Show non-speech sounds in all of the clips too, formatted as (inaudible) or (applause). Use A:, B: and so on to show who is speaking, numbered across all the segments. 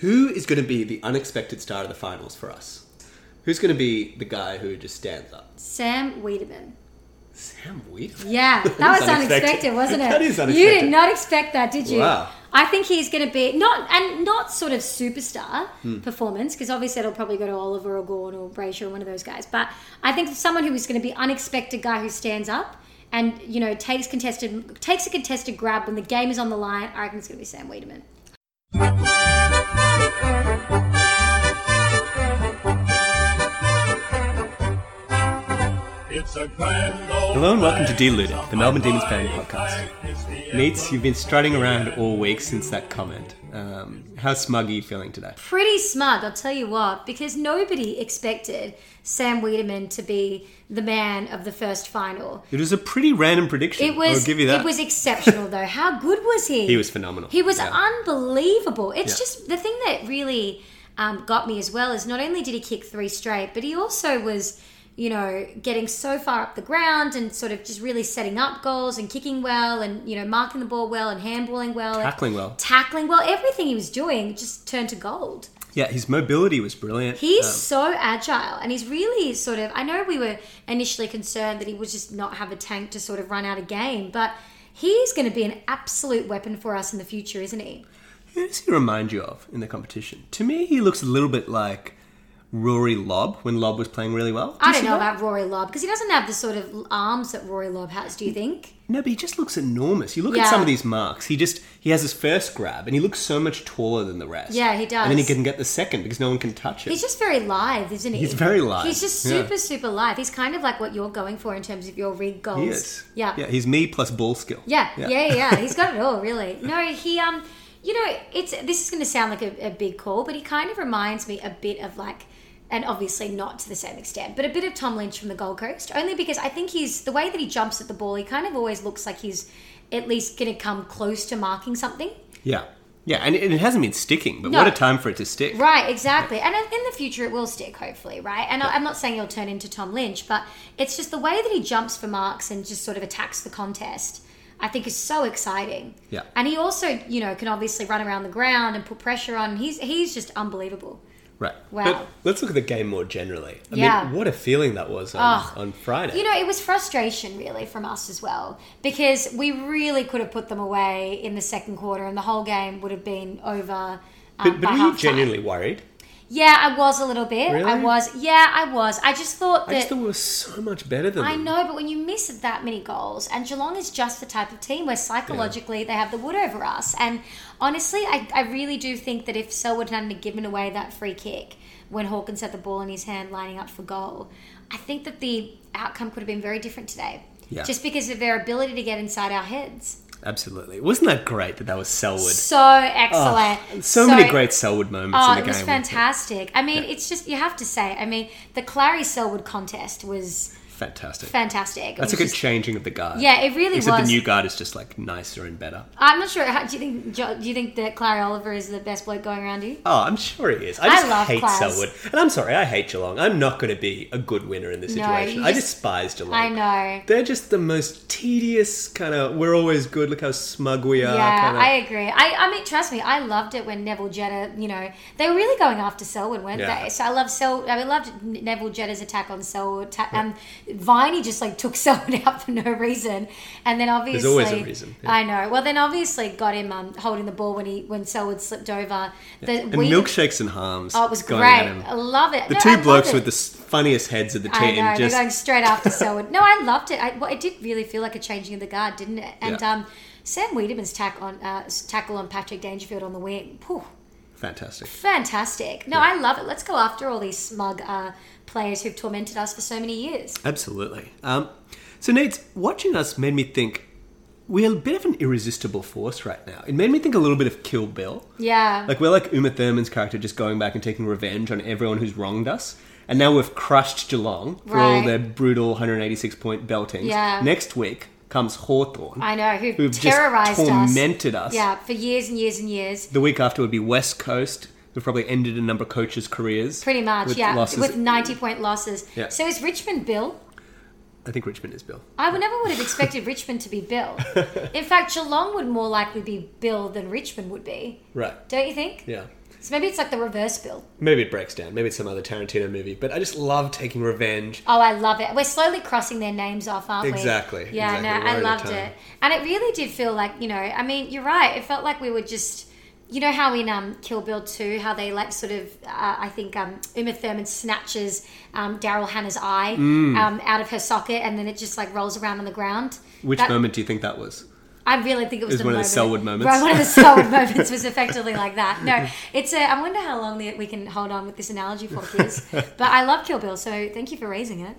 A: Who is going to be the unexpected star of the finals for us? Who's going to be the guy who just stands up?
B: Sam Wiedemann.
A: Sam Weedham?
B: Yeah, that was
A: unexpected.
B: unexpected, wasn't it?
A: That is
B: You
A: unexpected.
B: did not expect that, did you?
A: Wow.
B: I think he's going to be not and not sort of superstar
A: Hmm.
B: performance because obviously it'll probably go to Oliver or Gorn or Brayshaw or one of those guys. But I think someone who is going to be unexpected guy who stands up and you know takes contested takes a contested grab when the game is on the line. I reckon it's going to be Sam Wiedemann.
C: It's a grand old
A: Hello and welcome to Deluded, the Melbourne Demons fan podcast. Meets, you've been strutting around all week since that comment. Um, how smug are you feeling today?
B: pretty smug, I'll tell you what, because nobody expected Sam Wiedemann to be the man of the first final.
A: It was a pretty random prediction.
B: It was
A: I'll give you that.
B: it was exceptional though. How good was he?
A: He was phenomenal.
B: He was
A: Yeah.
B: unbelievable. It's
A: Yeah.
B: just the thing that really um, got me as well is not only did he kick three straight, but he also was, you know, getting so far up the ground and sort of just really setting up goals and kicking well and you know marking the ball well and handballing well,
A: Tackling well.
B: tackling well. Everything he was doing just turned to gold.
A: Yeah, his mobility was brilliant.
B: He's
A: Um,
B: so agile, and he's really sort of. I know we were initially concerned that he would just not have a tank to sort of run out a game, but he's going to be an absolute weapon for us in the future, isn't he?
A: Who does he remind you of in the competition? To me, he looks a little bit like Rory Lobb when Lobb was playing really well. Do
B: I
A: you
B: don't
A: see
B: know
A: that?
B: about Rory Lobb because he doesn't have the sort of arms that Rory Lobb has. Do you think?
A: No, but he just looks enormous. You look at
B: Yeah.
A: some of these marks. He just he has his first grab, and he looks so much taller than the rest.
B: Yeah, he does.
A: And then he can get the second because no one can touch it.
B: He's just very lithe, isn't he?
A: He's very lithe,
B: He's just
A: yeah.
B: super, super lithe. He's kind of like what you're going for in terms of your rig goals.
A: He is.
B: Yeah.
A: Yeah, he's me plus ball skill.
B: Yeah, yeah, yeah. He's got it all, really. No, he um, you know, it's this is going to sound like a, a big call, but he kind of reminds me a bit of like, and obviously not to the same extent, but a bit of Tom Lynch from the Gold Coast, only because I think he's the way that he jumps at the ball. He kind of always looks like he's at least going to come close to marking something.
A: (laughs) Yeah. Yeah, and it, it hasn't been sticking, but
B: No.
A: what a time for it to stick.
B: Right, exactly. And in the future, it will stick, hopefully, right? And I I'm not saying he'll turn into Tom Lynch, but it's just the way that he jumps for marks and just sort of attacks the contest, I think is so exciting.
A: Yeah.
B: And he also, you know, can obviously run around the ground and put pressure on. He's, he's just unbelievable.
A: Right.
B: Wow.
A: But let's look at the game more generally. I
B: Yeah.
A: mean, what a feeling that was on,
B: Oh.
A: on Friday.
B: You know, it was frustration really from us as well because we really could have put them away in the second quarter and the whole game would have been over. Um,
A: but
B: by
A: but are you
B: half-time.
A: genuinely worried?
B: Yeah, I was a little bit. I
A: Really?
B: was. Yeah, I was. I just thought that.
A: I just thought we were so much better than
B: I
A: them.
B: know, but when you miss that many goals, and Geelong is just the type of team where psychologically they have the wood over us. And honestly, I, I really do think that if Selwood hadn't have given away that free kick when Hawkins had the ball in his hand lining up for goal, I think that the outcome could have been very different today.
A: Yeah.
B: Just because of their ability to get inside our heads.
A: Absolutely. Wasn't that great that that was Selwood?
B: So excellent.
A: Oh, so, many great Selwood moments
B: Oh,
A: in the
B: it
A: game.
B: was fantastic. I mean, it's just, you have to say, I mean, the Clary Selwood contest was
A: Fantastic.
B: fantastic. It
A: That's
B: was
A: a good
B: just-
A: changing of the guard.
B: Yeah, it really
A: Except
B: was.
A: the new guard is just like nicer and better.
B: I'm not sure. How, do you think? Jo- Do you think that Clara Oliver is the best bloke going around you?
A: Oh, I'm sure he is. I
B: I
A: just
B: love
A: hate
B: Klaus.
A: Selwood. And I'm sorry, I hate Geelong. I'm not going to be a good winner in this
B: No,
A: situation.
B: you
A: I
B: just-
A: despise Geelong.
B: I know.
A: They're just the most tedious kind of, we're always good, look how smug we are.
B: yeah,
A: kinda-
B: I agree. I, I mean, trust me, I loved it when Neville Jetta. You know, they were really going after Selwood, weren't
A: Yeah.
B: they? So I love Sel. I mean, loved N- Neville Jetta's attack on Selwood, ta- and Viney just like took (laughs) Selwood out for no reason, and then obviously
A: always a reason, yeah.
B: I know. Well, then obviously got him um, holding the ball when he when Selwood slipped over. The
A: And
B: we-
A: milkshakes and harms.
B: Oh, it was
A: going
B: great.
A: at him.
B: I love it.
A: The
B: No, I
A: two
B: love
A: blokes
B: it.
A: with the s- funniest heads of the
B: I
A: team
B: know
A: just
B: they're going
A: (laughs)
B: straight after Selwood. No, I loved it. I, well, it did really feel like a changing of the guard, didn't it? And
A: Yeah.
B: um, Sam Wiedemann's tack on, uh, s- tackle on Patrick Dangerfield on the wing, phew,
A: fantastic.
B: fantastic. No, I love it. Let's go after all these smug uh, players who've tormented us for so many years.
A: Absolutely. Um, so, Nate, watching us made me think we're a bit of an irresistible force right now. It made me think a little bit of Kill Bill.
B: Yeah,
A: Like, we're like Uma Thurman's character just going back and taking revenge on everyone who's wronged us. And now we've crushed Geelong for all
B: Right.
A: their brutal 186 point beltings.
B: Yeah.
A: Next week comes Hawthorn.
B: I know who've,
A: Who've
B: terrorized
A: just tormented us.
B: us. Yeah, for years and years and years.
A: The week after would be West Coast, who've probably ended a number of coaches' careers.
B: Pretty much,
A: with
B: yeah,
A: losses.
B: with ninety-point losses.
A: Yeah.
B: So is Richmond Bill?
A: I think Richmond is Bill.
B: I would never would
A: (laughs)
B: have expected Richmond to be Bill. In fact, Geelong would more likely be Bill than Richmond would be.
A: Right.
B: Don't you think?
A: Yeah.
B: So maybe it's like the reverse bill.
A: Maybe it breaks down. Maybe it's some other Tarantino movie. But I just love taking revenge.
B: Oh, I love it. We're slowly crossing their names off, aren't we?
A: Exactly,
B: Yeah,
A: exactly.
B: no, I
A: One at a
B: loved
A: time.
B: it. And it really did feel like, you know, I mean, you're right. It felt like we were just, you know, how in um, Kill Bill 2, how they like sort of, uh, I think um, Uma Thurman snatches um, Daryl Hannah's eye
A: Mm.
B: um, out of her socket and then it just like rolls around on the ground.
A: Which
B: That-
A: moment do you think that was?
B: I really think it was,
A: was
B: the
A: one of the
B: moment.
A: Selwood moments.
B: Right,
A: (laughs)
B: one of the Selwood moments was effectively like that. No, it's a. I wonder how long that we can hold on with this analogy for,
A: (laughs)
B: kids. But I love Kill Bill, so thank you for raising it.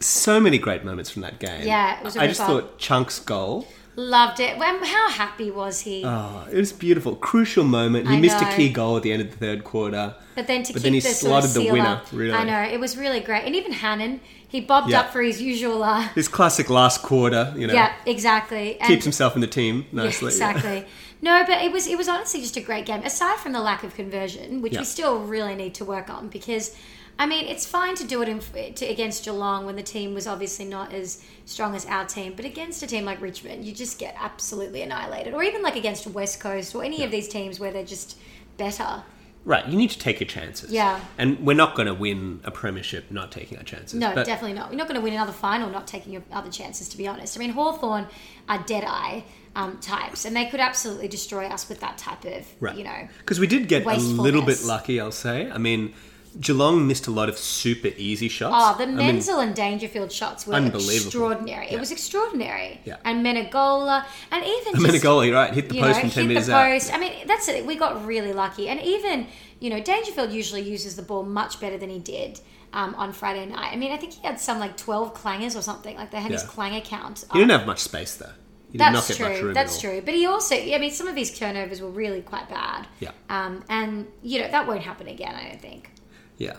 A: So many great moments from that game.
B: Yeah, it was a
A: I just
B: ripper.
A: thought Chunk's goal.
B: Loved it. When, how happy was he?
A: Oh, it was beautiful. Crucial moment. He
B: I
A: missed
B: know.
A: a key goal at the end of the third quarter.
B: but then to
A: but
B: keep
A: then he
B: the
A: slotted the
B: sort of seal
A: winner,
B: up,
A: really.
B: I know it was really great. And even Hannon, he bobbed
A: Yeah.
B: up for his usual. Uh,
A: His classic last quarter, you know,
B: yeah, exactly. And
A: keeps himself in the team nicely.
B: Yeah, exactly. No, but it was it was honestly just a great game. Aside from the lack of conversion, which
A: Yeah.
B: we still really need to work on, because I mean it's fine to do it in, to, against Geelong when the team was obviously not as strong as our team, but against a team like Richmond, you just get absolutely annihilated. Or even like against West Coast or any of these teams where they're just better.
A: (laughs) Right, you need to take your chances.
B: Yeah.
A: And we're not going to win a premiership not taking our chances.
B: No,
A: but
B: definitely not. You're not going to win another final not taking your other chances, to be honest. I mean, Hawthorn are dead eye um, types, and they could absolutely destroy us with that type of,
A: Right.
B: you know,
A: Because we did get a little bit
B: wastefulness.
A: lucky, I'll say. I mean, Geelong missed a lot of super easy shots.
B: Oh, the
A: I mean,
B: Menzel and Dangerfield shots were
A: Unbelievable.
B: extraordinary.
A: Yeah.
B: It was extraordinary.
A: Yeah.
B: And Menegola, and even
A: I mean, a
B: just,
A: goalie, right? Hit the
B: you
A: post
B: know,
A: from 10
B: hit
A: metres
B: the
A: out.
B: post. I mean, that's it. We got really lucky. And even, you know, Dangerfield usually uses the ball much better than he did um, on Friday night. I mean, I think he had some like 12 clangers or something. Like they had his
A: Yeah.
B: clanger count.
A: He
B: up.
A: didn't have much space, though. He did not
B: That's
A: get much
B: true.
A: room
B: That's
A: at all.
B: true. But he also, I mean, some of his turnovers were really quite bad.
A: Yeah.
B: Um, and, you know, that won't happen again, I don't think.
A: Yeah.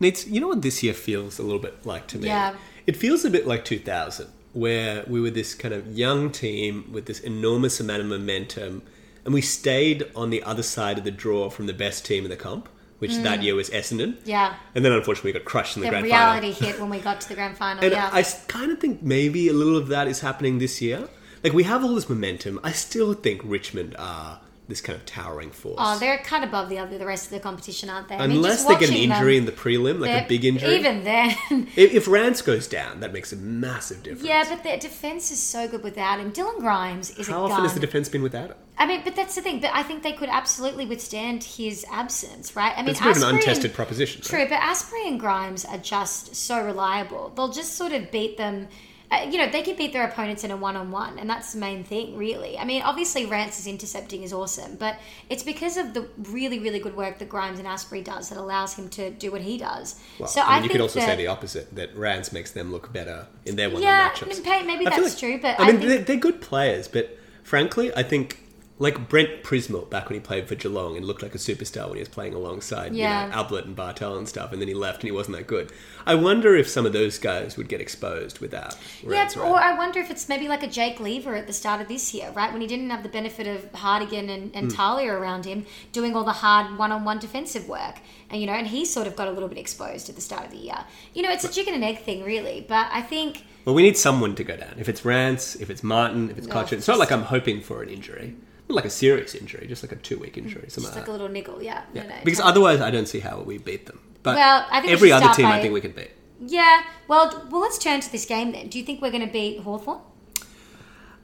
A: Neats, you know what this year feels a little bit like to me?
B: Yeah.
A: It feels a bit like 2000, where we were this kind of young team with this enormous amount of momentum, and we stayed on the other side of the draw from the best team in the comp, which that year was Essendon.
B: Mm. Yeah.
A: And then unfortunately we got crushed in the,
B: The
A: grand
B: reality
A: final.
B: hit when we got to
A: (laughs)
B: the grand final.
A: And
B: yeah.
A: I kind of think maybe a little of that is happening this year. Like we have all this momentum. I still think Richmond are this kind of towering force.
B: Oh, they're cut above the other the rest of the competition, aren't they? I mean,
A: Unless
B: just
A: they get an
B: watching them,
A: injury in the prelim, like
B: they're-
A: a big injury.
B: Even then, (laughs)
A: If, if Rance goes down, that makes a massive difference.
B: yeah. But their defense is so good without him. Dylan Grimes is
A: How
B: a
A: often
B: gun.
A: has the defense been without him?
B: I mean, but that's the thing. But I think they could absolutely withstand his absence, right? I mean,
A: It's a bit of an
B: Asprey and-
A: untested proposition.
B: True, but Asprey and Grimes are just so reliable. They'll just sort of beat them. Uh, you know, they can beat their opponents in a one on one, and that's the main thing, really. I mean, obviously, Rance's intercepting is awesome, but it's because of the really, really good work that Grimes and Asprey does that allows him to do what he does.
A: Well, I
B: so
A: mean,
B: I,
A: you
B: think
A: could also
B: that,
A: say the opposite that Rance makes them look better in their one-on-one
B: Yeah,
A: matchups.
B: maybe- maybe
A: I feel
B: that's true, but
A: I
B: I
A: mean,
B: think-
A: they're, they're good players, but frankly, I think like Brent Prismal back when he played for Geelong and looked like a superstar when he was playing alongside
B: Yeah.
A: you know, Ablett and Bartel and stuff, and then he left and he wasn't that good. I wonder if some of those guys would get exposed without
B: Yeah,
A: Rance.
B: or I wonder if it's maybe like a Jake Lever at the start of this year, right? When he didn't have the benefit of Hardigan and,
A: Hmm.
B: and Talia around him doing all the hard one on one defensive work. And, you know, and he sort of got a little bit exposed at the start of the year. You know, it's a chicken and egg thing, really. But I think,
A: Well, we need someone to go down. If it's Rance, if it's Martin, if it's
B: No,
A: Cochin, it's not
B: just-
A: like I'm hoping for an injury, not like a serious injury, just like a two week injury, something like
B: just like
A: that.
B: a little niggle, yeah. no, no,
A: because
B: totally.
A: otherwise, I don't see how we beat them. But
B: Well, I think we
A: every
B: should
A: other
B: start
A: team, I
B: by-
A: think we could beat.
B: Yeah, well, well, let's turn to this game then. Do you think we're going to beat Hawthorn?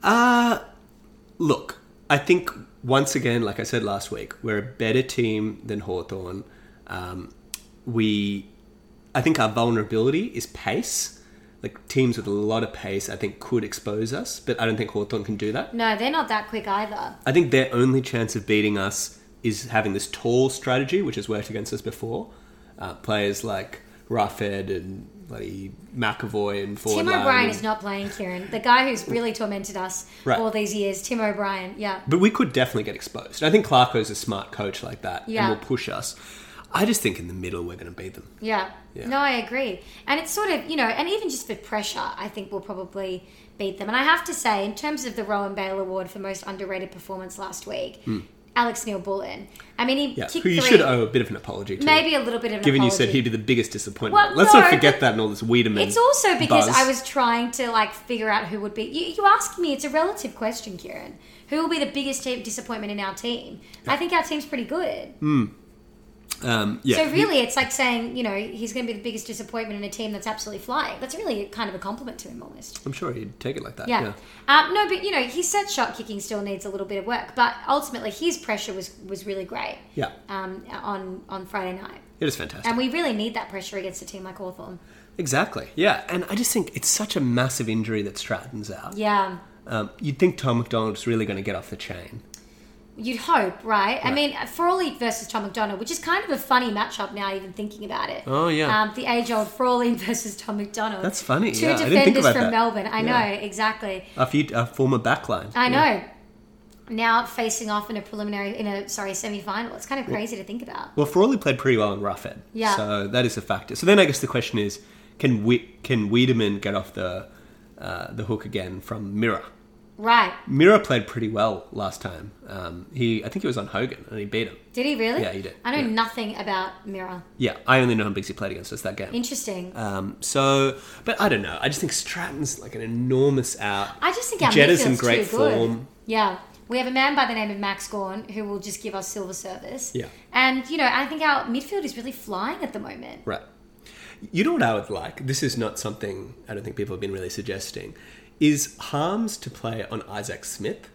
A: Uh, Look, I think once again, like I said last week, we're a better team than Hawthorn. Um, we, I think our vulnerability is pace. Like teams with a lot of pace, I think could expose us, but I don't think Hawthorn can do that.
B: No, they're not that quick either.
A: I think their only chance of beating us is having this tall strategy, which has worked against us before. Uh, players like Ruffhead and bloody McAvoy and Ford.
B: Tim O'Brien is not playing Kieran, the guy who's really tormented us
A: Right.
B: all these years. Tim O'Brien, yeah.
A: But we could definitely get exposed. I think Clarko's a smart coach like that
B: Yeah.
A: and will push us. I just think in the middle we're going to beat them.
B: Yeah.
A: Yeah.
B: No, I agree. And it's sort of, you know, and even just for pressure, I think we'll probably beat them. And I have to say, in terms of the Rowan Bale Award for most underrated performance last week, Alex Neil Bullen. I mean, he
A: Hmm. Yeah,
B: kicked
A: who you
B: three-
A: should owe a bit of an apology to.
B: maybe a little bit of an
A: Given you
B: apology.
A: said he'd be the biggest disappointment.
B: Well,
A: Let's
B: no,
A: not forget
B: but-
A: that in all this Wiedemann.
B: It's also because
A: buzz.
B: I was trying to like figure out who would be. You, you asked me; it's a relative question, Kieran. Who will be the biggest team disappointment in our team? I think our team's pretty good.
A: Um, Hmm. yeah,
B: so really, it's like saying you know he's going to be the biggest disappointment in a team that's absolutely flying. That's really kind of a compliment to him, almost.
A: I'm sure he'd take it like that.
B: Yeah.
A: yeah.
B: Um, no, but you know his set shot kicking still needs a little bit of work. But ultimately, his pressure was was really great
A: Yeah,
B: um, on on Friday night,
A: it is fantastic.
B: and we really need that pressure against a team like Hawthorn.
A: exactly. Yeah, and I just think it's such a massive injury that Stratton's out.
B: Yeah.
A: Um, you'd think Tom McDonald's really going to get off the chain.
B: You'd hope, right? I mean, Frawley versus Tom McDonald, which is kind of a funny matchup now, even thinking about it.
A: Oh, yeah.
B: um, the age-old Frawley (laughs) versus Tom McDonald.
A: That's funny,
B: Two
A: yeah, I didn't
B: defenders
A: think about
B: from
A: that.
B: Melbourne. I
A: Yeah.
B: know exactly.
A: A, few, a former backline.
B: I
A: Yeah.
B: know. Now facing off in a preliminary, in a sorry semi-final, it's kind of crazy to think about.
A: Well, Frawley played pretty well in Roughhead.
B: Yeah.
A: So that is a factor. So then I guess the question is, can we, can Wiedemann get off the uh, the hook again from Mirror?
B: Right?
A: Mirror played pretty well last time. Um, he I think he was on Hogan and he beat him.
B: Did he really?
A: Yeah, he did.
B: I know
A: Yeah.
B: nothing about Mirror.
A: Yeah, I only know him because he played against us that game.
B: Interesting.
A: Um, so, but I don't know. I just think Stratton's like an enormous out.
B: I just think our
A: Jetta's in
B: midfield's
A: great
B: too good.
A: form.
B: Yeah. We have a man by the name of Max Gorn who will just give us silver service.
A: Yeah.
B: And, you know, I think our midfield is really flying at the moment.
A: Right. You know what I would like? This is not something I don't think people have been really suggesting. Is Harms to play on Isaac Smith?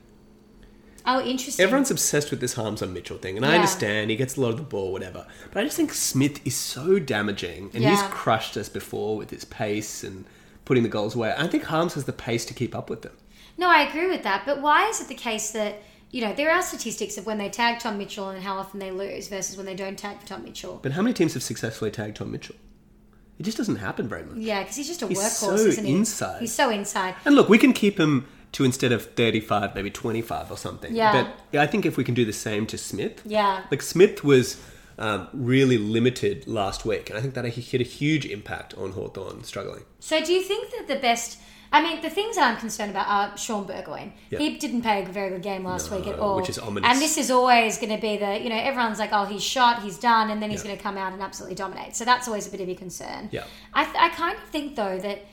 B: Oh, interesting.
A: Everyone's obsessed with this Harms on Mitchell thing, and I
B: Yeah.
A: understand he gets a lot of the ball, whatever. But I just think Smith is so damaging, and he's
B: Yeah.
A: crushed us before with his pace and putting the goals away. I think Harms has the pace to keep up with them.
B: No, I agree with that. But why is it the case that, you know, there are statistics of when they tag Tom Mitchell and how often they lose versus when they don't tag for Tom Mitchell?
A: But how many teams have successfully tagged Tom Mitchell? It just doesn't happen very much.
B: Yeah, because he's just a
A: He's
B: workhorse,
A: so
B: isn't he?
A: inside.
B: He's so inside.
A: And look, we can keep him to instead of 35, maybe 25 or something.
B: Yeah.
A: But yeah, I think if we can do the same to Smith.
B: Yeah.
A: Like Smith was um, really limited last week, and I think that he hit a huge impact on Hawthorn struggling.
B: So do you think that the best? I mean, the things that I'm concerned about are Sean Burgoyne.
A: Yeah.
B: He didn't play a very good game last week at
A: No,
B: all,
A: which is ominous.
B: And this is always going to be the you know everyone's like, oh, he's shot, he's done, and then he's
A: Yeah.
B: going to come out and absolutely dominate. So that's always a bit of a concern.
A: Yeah.
B: I, th- I kind of think though that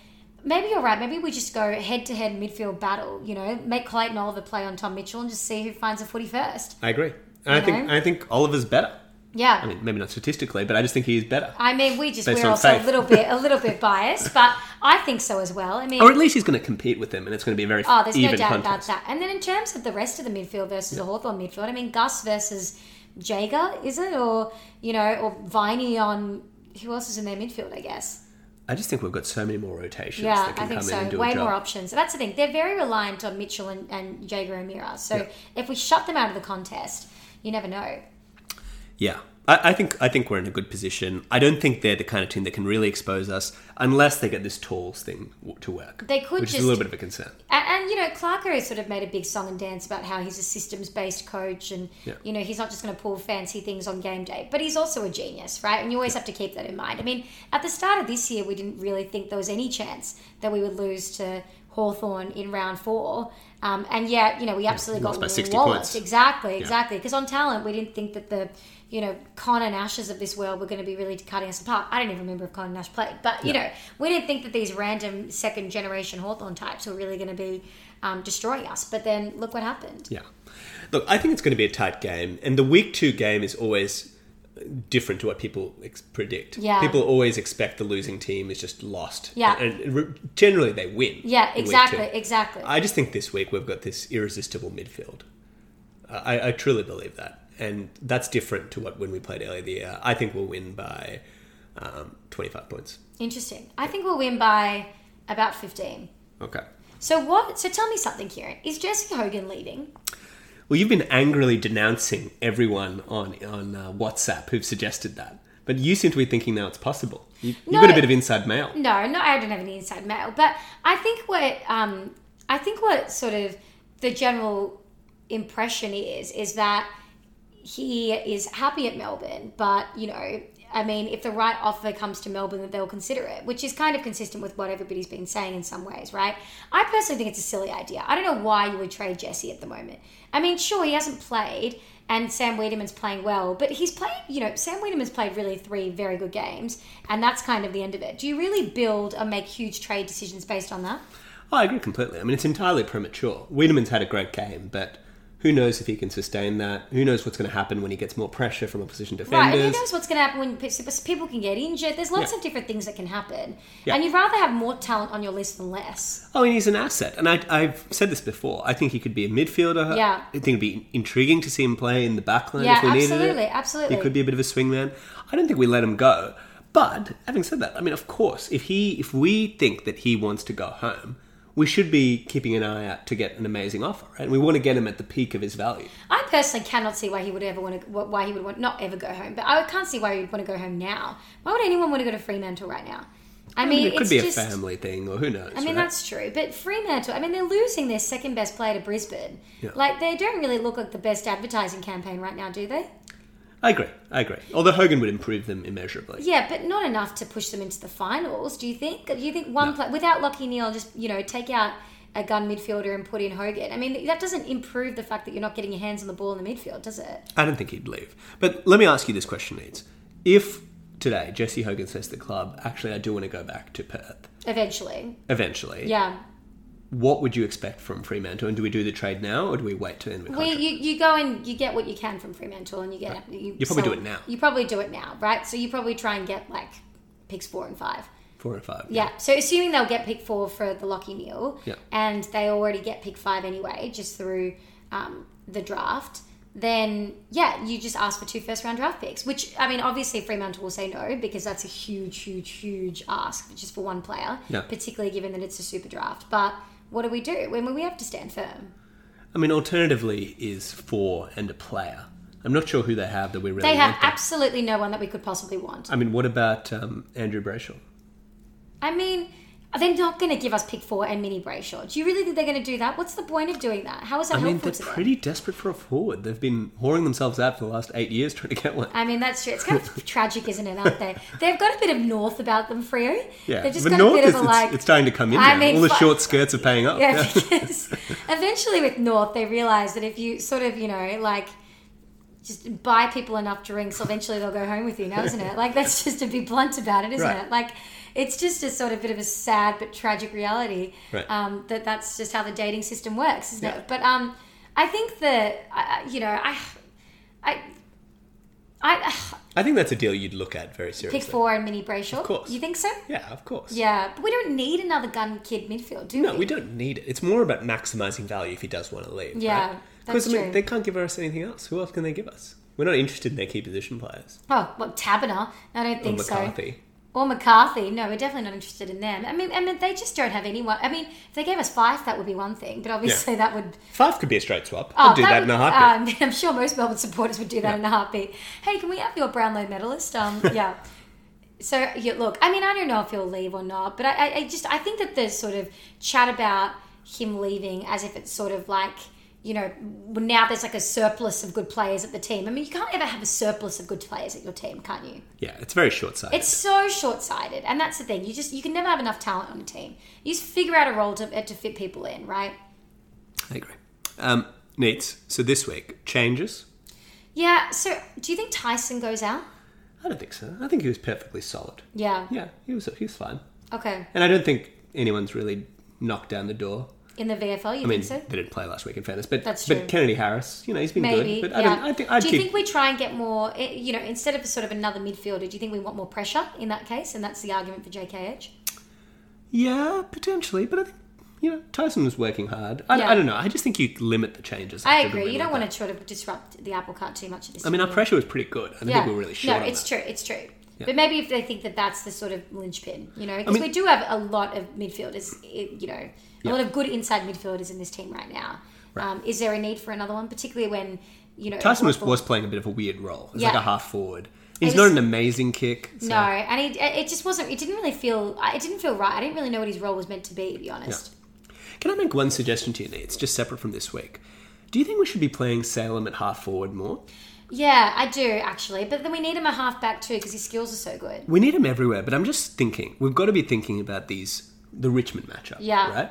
B: maybe you're right. Maybe we just go head to head midfield battle. You know, make Clayton Oliver play on Tom Mitchell and just see who finds a footy first.
A: I agree. And I
B: You
A: think
B: know?
A: I think Oliver's better.
B: Yeah.
A: I mean, maybe not statistically, but I just think he is better.
B: I mean, we just
A: Based
B: we're
A: on
B: also
A: faith.
B: a little bit a
A: (laughs)
B: little bit biased, but I think so as well. I mean,
A: Or at least he's going to compete with them, and it's going to be a very
B: Oh, there's
A: even
B: no doubt about
A: contest.
B: that. And then in terms of the rest of the midfield versus the Hawthorn midfield, I mean Gus versus Jager, is it? Or you know, or Viney on who else is in their midfield, I guess.
A: I just think we've got so many more rotations
B: Yeah,
A: that can
B: I think
A: come in and
B: so.
A: do
B: Way
A: a job.
B: more options. So that's the thing. They're very reliant on Mitchell and, and Jager and Mira. So
A: Yeah.
B: if we shut them out of the contest, you never know.
A: Yeah, I, I think I think we're in a good position. I don't think they're the kind of team that can really expose us unless they get this tools thing w- to work.
B: They could
A: which is
B: just-
A: a little bit of a concern.
B: And, and you know, Clarko has sort of made a big song and dance about how he's a systems-based coach, and
A: Yeah.
B: you know, he's not just going to pull fancy things on game day, but he's also a genius, right? And you always have to keep that in mind. I mean, at the start of this year, we didn't really think there was any chance that we would lose to Hawthorn in round four, um, and yet, you know, we absolutely
A: lost
B: got
A: by 60
B: walloped.
A: points.
B: Exactly, exactly. Because on talent, we didn't think that the you know Con and Ashes of this world were going to be really cutting us apart. I don't even remember if Con and Ash played, but you
A: Yeah.
B: know we didn't think that these random second generation Hawthorn types were really going to be um, destroying us. But then look what happened.
A: Yeah, look, I think it's going to be a tight game, and the week two game is always different to what people ex- predict.
B: Yeah.
A: people always expect the losing team is just lost.
B: Yeah.
A: and, and re- generally they win.
B: Yeah,
A: in week
B: exactly,
A: two.
B: exactly.
A: I just think this week we've got this irresistible midfield. I, I truly believe that, and that's different to what when we played earlier in the year. I think we'll win by um, twenty-five points.
B: Interesting. I think we'll win by about fifteen.
A: Okay.
B: So what? So tell me something, Kieran. Is Jesse Hogan leaving?
A: Well, you've been angrily denouncing everyone on on uh, WhatsApp who've suggested that, but you seem to be thinking now it's possible. You, you've got
B: No.
A: a bit of inside mail.
B: No, no, I don't have any inside mail. But I think what um, I think what sort of the general impression is is that he is happy at Melbourne, but you know, I mean, if the right offer comes to Melbourne, that they'll consider it, which is kind of consistent with what everybody's been saying in some ways, right? I personally think it's a silly idea. I don't know why you would trade Jesse at the moment. I mean, sure, he hasn't played. and Sam Wiedemann's playing well, but he's played, you know, Sam Wiedemann's played really three very good games, and that's kind of the end of it. Do you really build or make huge trade decisions based on that?
A: Oh, I agree completely. I mean, it's entirely premature. Wiedemann's had a great game, but who knows if he can sustain that? Who knows what's going to happen when he gets more pressure from opposition
B: Right,
A: defenders?
B: and who knows what's going to happen when pe- people can get injured? There's lots
A: Yeah.
B: of different things that can happen,
A: Yeah.
B: and you'd rather have more talent on your list than less.
A: Oh, and he's an asset. And I, I've said this before. I think he could be a midfielder.
B: Yeah.
A: I think it'd be intriguing to see him play in the back line
B: yeah,
A: if we needed
B: absolutely,
A: it.
B: absolutely.
A: He could be a bit of a swingman. I don't think we let him go. But having said that, I mean, of course, if he, if we think that he wants to go home, we should be keeping an eye out to get an amazing offer, right? And we want to get him at the peak of his value.
B: I personally cannot see why he would ever want to, why he would want not ever go home. But I can't see why he'd want to go home now. Why would anyone want to go to Fremantle right now? I mean,
A: it could
B: it's
A: be
B: just,
A: a family thing, or who knows?
B: I mean,
A: right?
B: that's true. But Fremantle, I mean, they're losing their second best player to Brisbane.
A: Yeah.
B: Like, they don't really look like the best advertising campaign right now, do they?
A: I agree. I agree. Although Hogan would improve them immeasurably.
B: Yeah, but not enough to push them into the finals, do you think? Do you think one play, without Lockie Neal, just, you know, take out a gun midfielder and put in Hogan? I mean, that doesn't improve the fact that you're not getting your hands on the ball in the midfield, does it?
A: I don't think he'd leave. But let me ask you this question, Needs. If today Jesse Hogan says to the club, actually, I do want to go back to Perth
B: Eventually.
A: eventually,
B: Yeah.
A: what would you expect from Fremantle? And do we do the trade now or do we wait to the end of the
B: Well,
A: contract?
B: you, you go and you get what you can from Fremantle, and you get you,
A: You probably do it now.
B: You probably do it now, right? So you probably try and get like picks four and five.
A: Four or five?
B: Yeah. So assuming they'll get pick four for the Lockie Neal,
A: Yeah.
B: and they already get pick five anyway, just through um, the draft. Then yeah, you just ask for two first round draft picks. Which I mean, obviously Fremantle will say no because that's a huge, huge, huge ask just for one player,
A: Yeah.
B: particularly given that it's a super draft. But what do we do? I mean, we have to stand firm.
A: I mean, alternatively is four and a player. I'm not sure who they have that we really
B: They have
A: want them.
B: absolutely no one that we could possibly want.
A: I mean, what about um, Andrew Brayshaw?
B: I mean, they're not going to give us pick four and mini Brayshaw. Do you really think they're going to do that? What's the point of doing that? How is that
A: I mean,
B: helpful
A: they're
B: to them?
A: pretty desperate for a forward. They've been whoring themselves out for the last eight years trying to get one.
B: I mean, that's true. It's kind
A: (laughs)
B: of tragic, isn't it, aren't they? They've got a bit of north about them, Frio.
A: Yeah,
B: They've just
A: but
B: got
A: North
B: a bit
A: is,
B: of a
A: it's-
B: like.
A: it's, starting to come in
B: I
A: now.
B: mean,
A: All the
B: fi-
A: short skirts are paying up.
B: (laughs) yeah,
A: (laughs)
B: because eventually with North, they realise that if you sort of, you know, like just buy people enough drinks, eventually they'll go home with you now,
A: (laughs)
B: isn't it? Like, that's just to be blunt about it, isn't
A: Right.
B: it? Like, it's just a sort of bit of a sad but tragic reality
A: Right.
B: um, that that's just how the dating system works, isn't
A: Yeah.
B: it? But um, I think that, I I- you know, I. I I,
A: I think that's a deal you'd look at very seriously.
B: pick four and Mini Brayshaw. Of
A: course.
B: You think so?
A: Yeah, of course.
B: Yeah, but we don't need another gun kid midfield, do
A: No, we don't need it. It's more about maximizing value if he does want to leave.
B: Yeah,
A: right?
B: that's
A: because I mean
B: true.
A: they can't give us anything else. Who else can they give us? We're not interested in their key position players.
B: Oh, well, Tabner. I don't
A: Or
B: think so.
A: McCarthy.
B: Or McCarthy. No, we're definitely not interested in them. I mean, I mean, they just don't have anyone. I mean, if they gave us five, that would be one thing, but obviously that would.
A: Five could be a straight swap. I'll do that, in a
B: Oh, would-
A: heartbeat.
B: um, (laughs) I'm sure most Melbourne supporters would do that in a heartbeat. Hey, can we have your Brownlow
A: (laughs)
B: medalist? Um, yeah. So yeah, look, I mean, I don't know if he'll leave or not, but I, I, I just I think that there's sort of chat about him leaving as if it's sort of like you know now there's like a surplus of good players at the team. I mean, you can't ever have a surplus of good players at your team, can't you?
A: yeah, it's very short sighted.
B: It's so short sighted, and that's the thing. You just you can never have enough talent on a team. You just figure out a role to to fit people in, right?
A: I agree. Um, Neats. So this week changes.
B: Yeah. So do you think Tyson goes out?
A: I don't think so. I think he was perfectly solid.
B: Yeah.
A: Yeah, he was he was fine.
B: Okay.
A: And I don't think anyone's really knocked down the door.
B: In the VFL, you
A: I mean,
B: think so?
A: they didn't play last week in fairness, but
B: That's true.
A: but Kennedy Harris, you know, he's been
B: Maybe.
A: good. But
B: yeah.
A: I don't. I think I'd
B: do you
A: keep.
B: think we try and get more? eh, You know, instead of sort of another midfielder, do you think we want more pressure in that case? And that's the argument for JKH.
A: Yeah, potentially, but I think you know Tyson was working hard. I,
B: Yeah.
A: I don't know. I just think you limit the changes.
B: I agree. You don't want to sort of disrupt the apple cart too much at this.
A: I mean, our
B: point.
A: pressure was pretty good. I don't think we were really short
B: No,
A: on
B: it's
A: that.
B: true. It's true. But maybe if they think that that's the sort of linchpin, you know, because
A: mean-
B: we do have a lot of midfielders, i- you know, a
A: Yeah.
B: lot of good inside midfielders in this team right now.
A: Right.
B: Um, is there a need for another one, particularly when you know
A: Tyson was,
B: Hawthorn-
A: was playing a bit of a weird role. He's
B: Yeah.
A: like a half forward. He's
B: was-
A: not an amazing kick. so-
B: No, and it, it just wasn't. It didn't really feel. I- It didn't feel right. I didn't really know what his role was meant to be, to be honest.
A: Can I make one suggestion to you, Nate? It's just separate from this week. Do you think we should be playing Salem at half forward more?
B: Yeah, I do actually. But then we need him a half back too because his skills are so good.
A: We need him everywhere, but I'm just thinking we've got to be thinking about these the Richmond matchup,
B: Yeah.
A: right?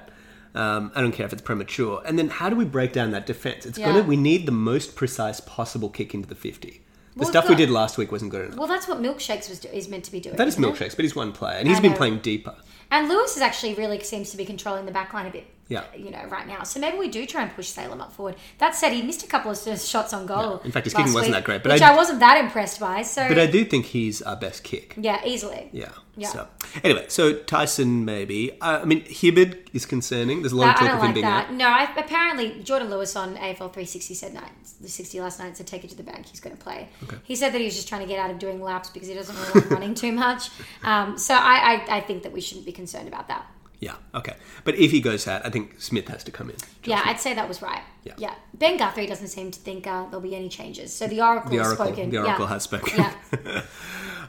A: Um, I don't care if it's premature. And then how do we break down that defense? It's
B: Yeah.
A: gonna. We need the most precise possible kick into the fifty. The
B: Well,
A: stuff we
B: God.
A: did last week wasn't good enough.
B: Well, that's what milkshakes was do- is meant to be doing.
A: That is
B: isn't it?
A: milkshakes, but he's one player, and
B: I
A: he's been
B: know.
A: playing deeper.
B: And Lewis is actually really seems to be controlling the back line a bit.
A: Yeah.
B: You know, right now. So maybe we do try and push Salem up forward. That said, he missed a couple of s- shots on goal.
A: Yeah. In fact, his
B: last
A: kicking wasn't
B: week,
A: that great, but
B: which
A: I-
B: I, wasn't that impressed by. So
A: But I do think he's our best kick.
B: yeah, easily.
A: Yeah.
B: Yeah.
A: So anyway, so Tyson maybe. Uh, I mean, Hibbard is concerning. There's a lot
B: I,
A: of
B: I
A: talk
B: don't
A: of him
B: like
A: being
B: that.
A: out.
B: No, I, apparently Jordan Lewis on AFL 360 said night, the 60 last night said take it to the bank. He's going to play. He said that he was just trying to get out of doing laps because he doesn't really
A: (laughs)
B: like running too much. Um, so I, I, I think that we shouldn't be concerned about that.
A: Yeah. Okay. But if he goes out, I think Smith has to come in.
B: Yeah, I'd say that was right.
A: Yeah.
B: Ben Guthrie doesn't seem to think uh, there'll be any changes. So the Oracle,
A: The
B: has
A: Oracle.
B: spoken.
A: The Oracle
B: yeah.
A: has spoken.
B: Yeah.
A: (laughs)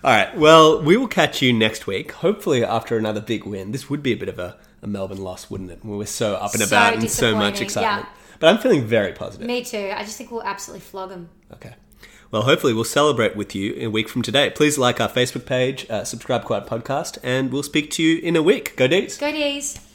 A: All right. Well, we will catch you next week. Hopefully, after another big win. This would be a bit of a, a Melbourne loss, wouldn't it? We were so up and
B: So
A: about and so much
B: disappointing,
A: excitement.
B: yeah.
A: But I'm feeling very positive.
B: Me too. I just think we'll absolutely flog them.
A: Okay. Well, hopefully, we'll celebrate with you in a week from today. Please like our Facebook page, uh, subscribe to our podcast, and we'll speak to you in a week. Go Dees.
B: Go D's.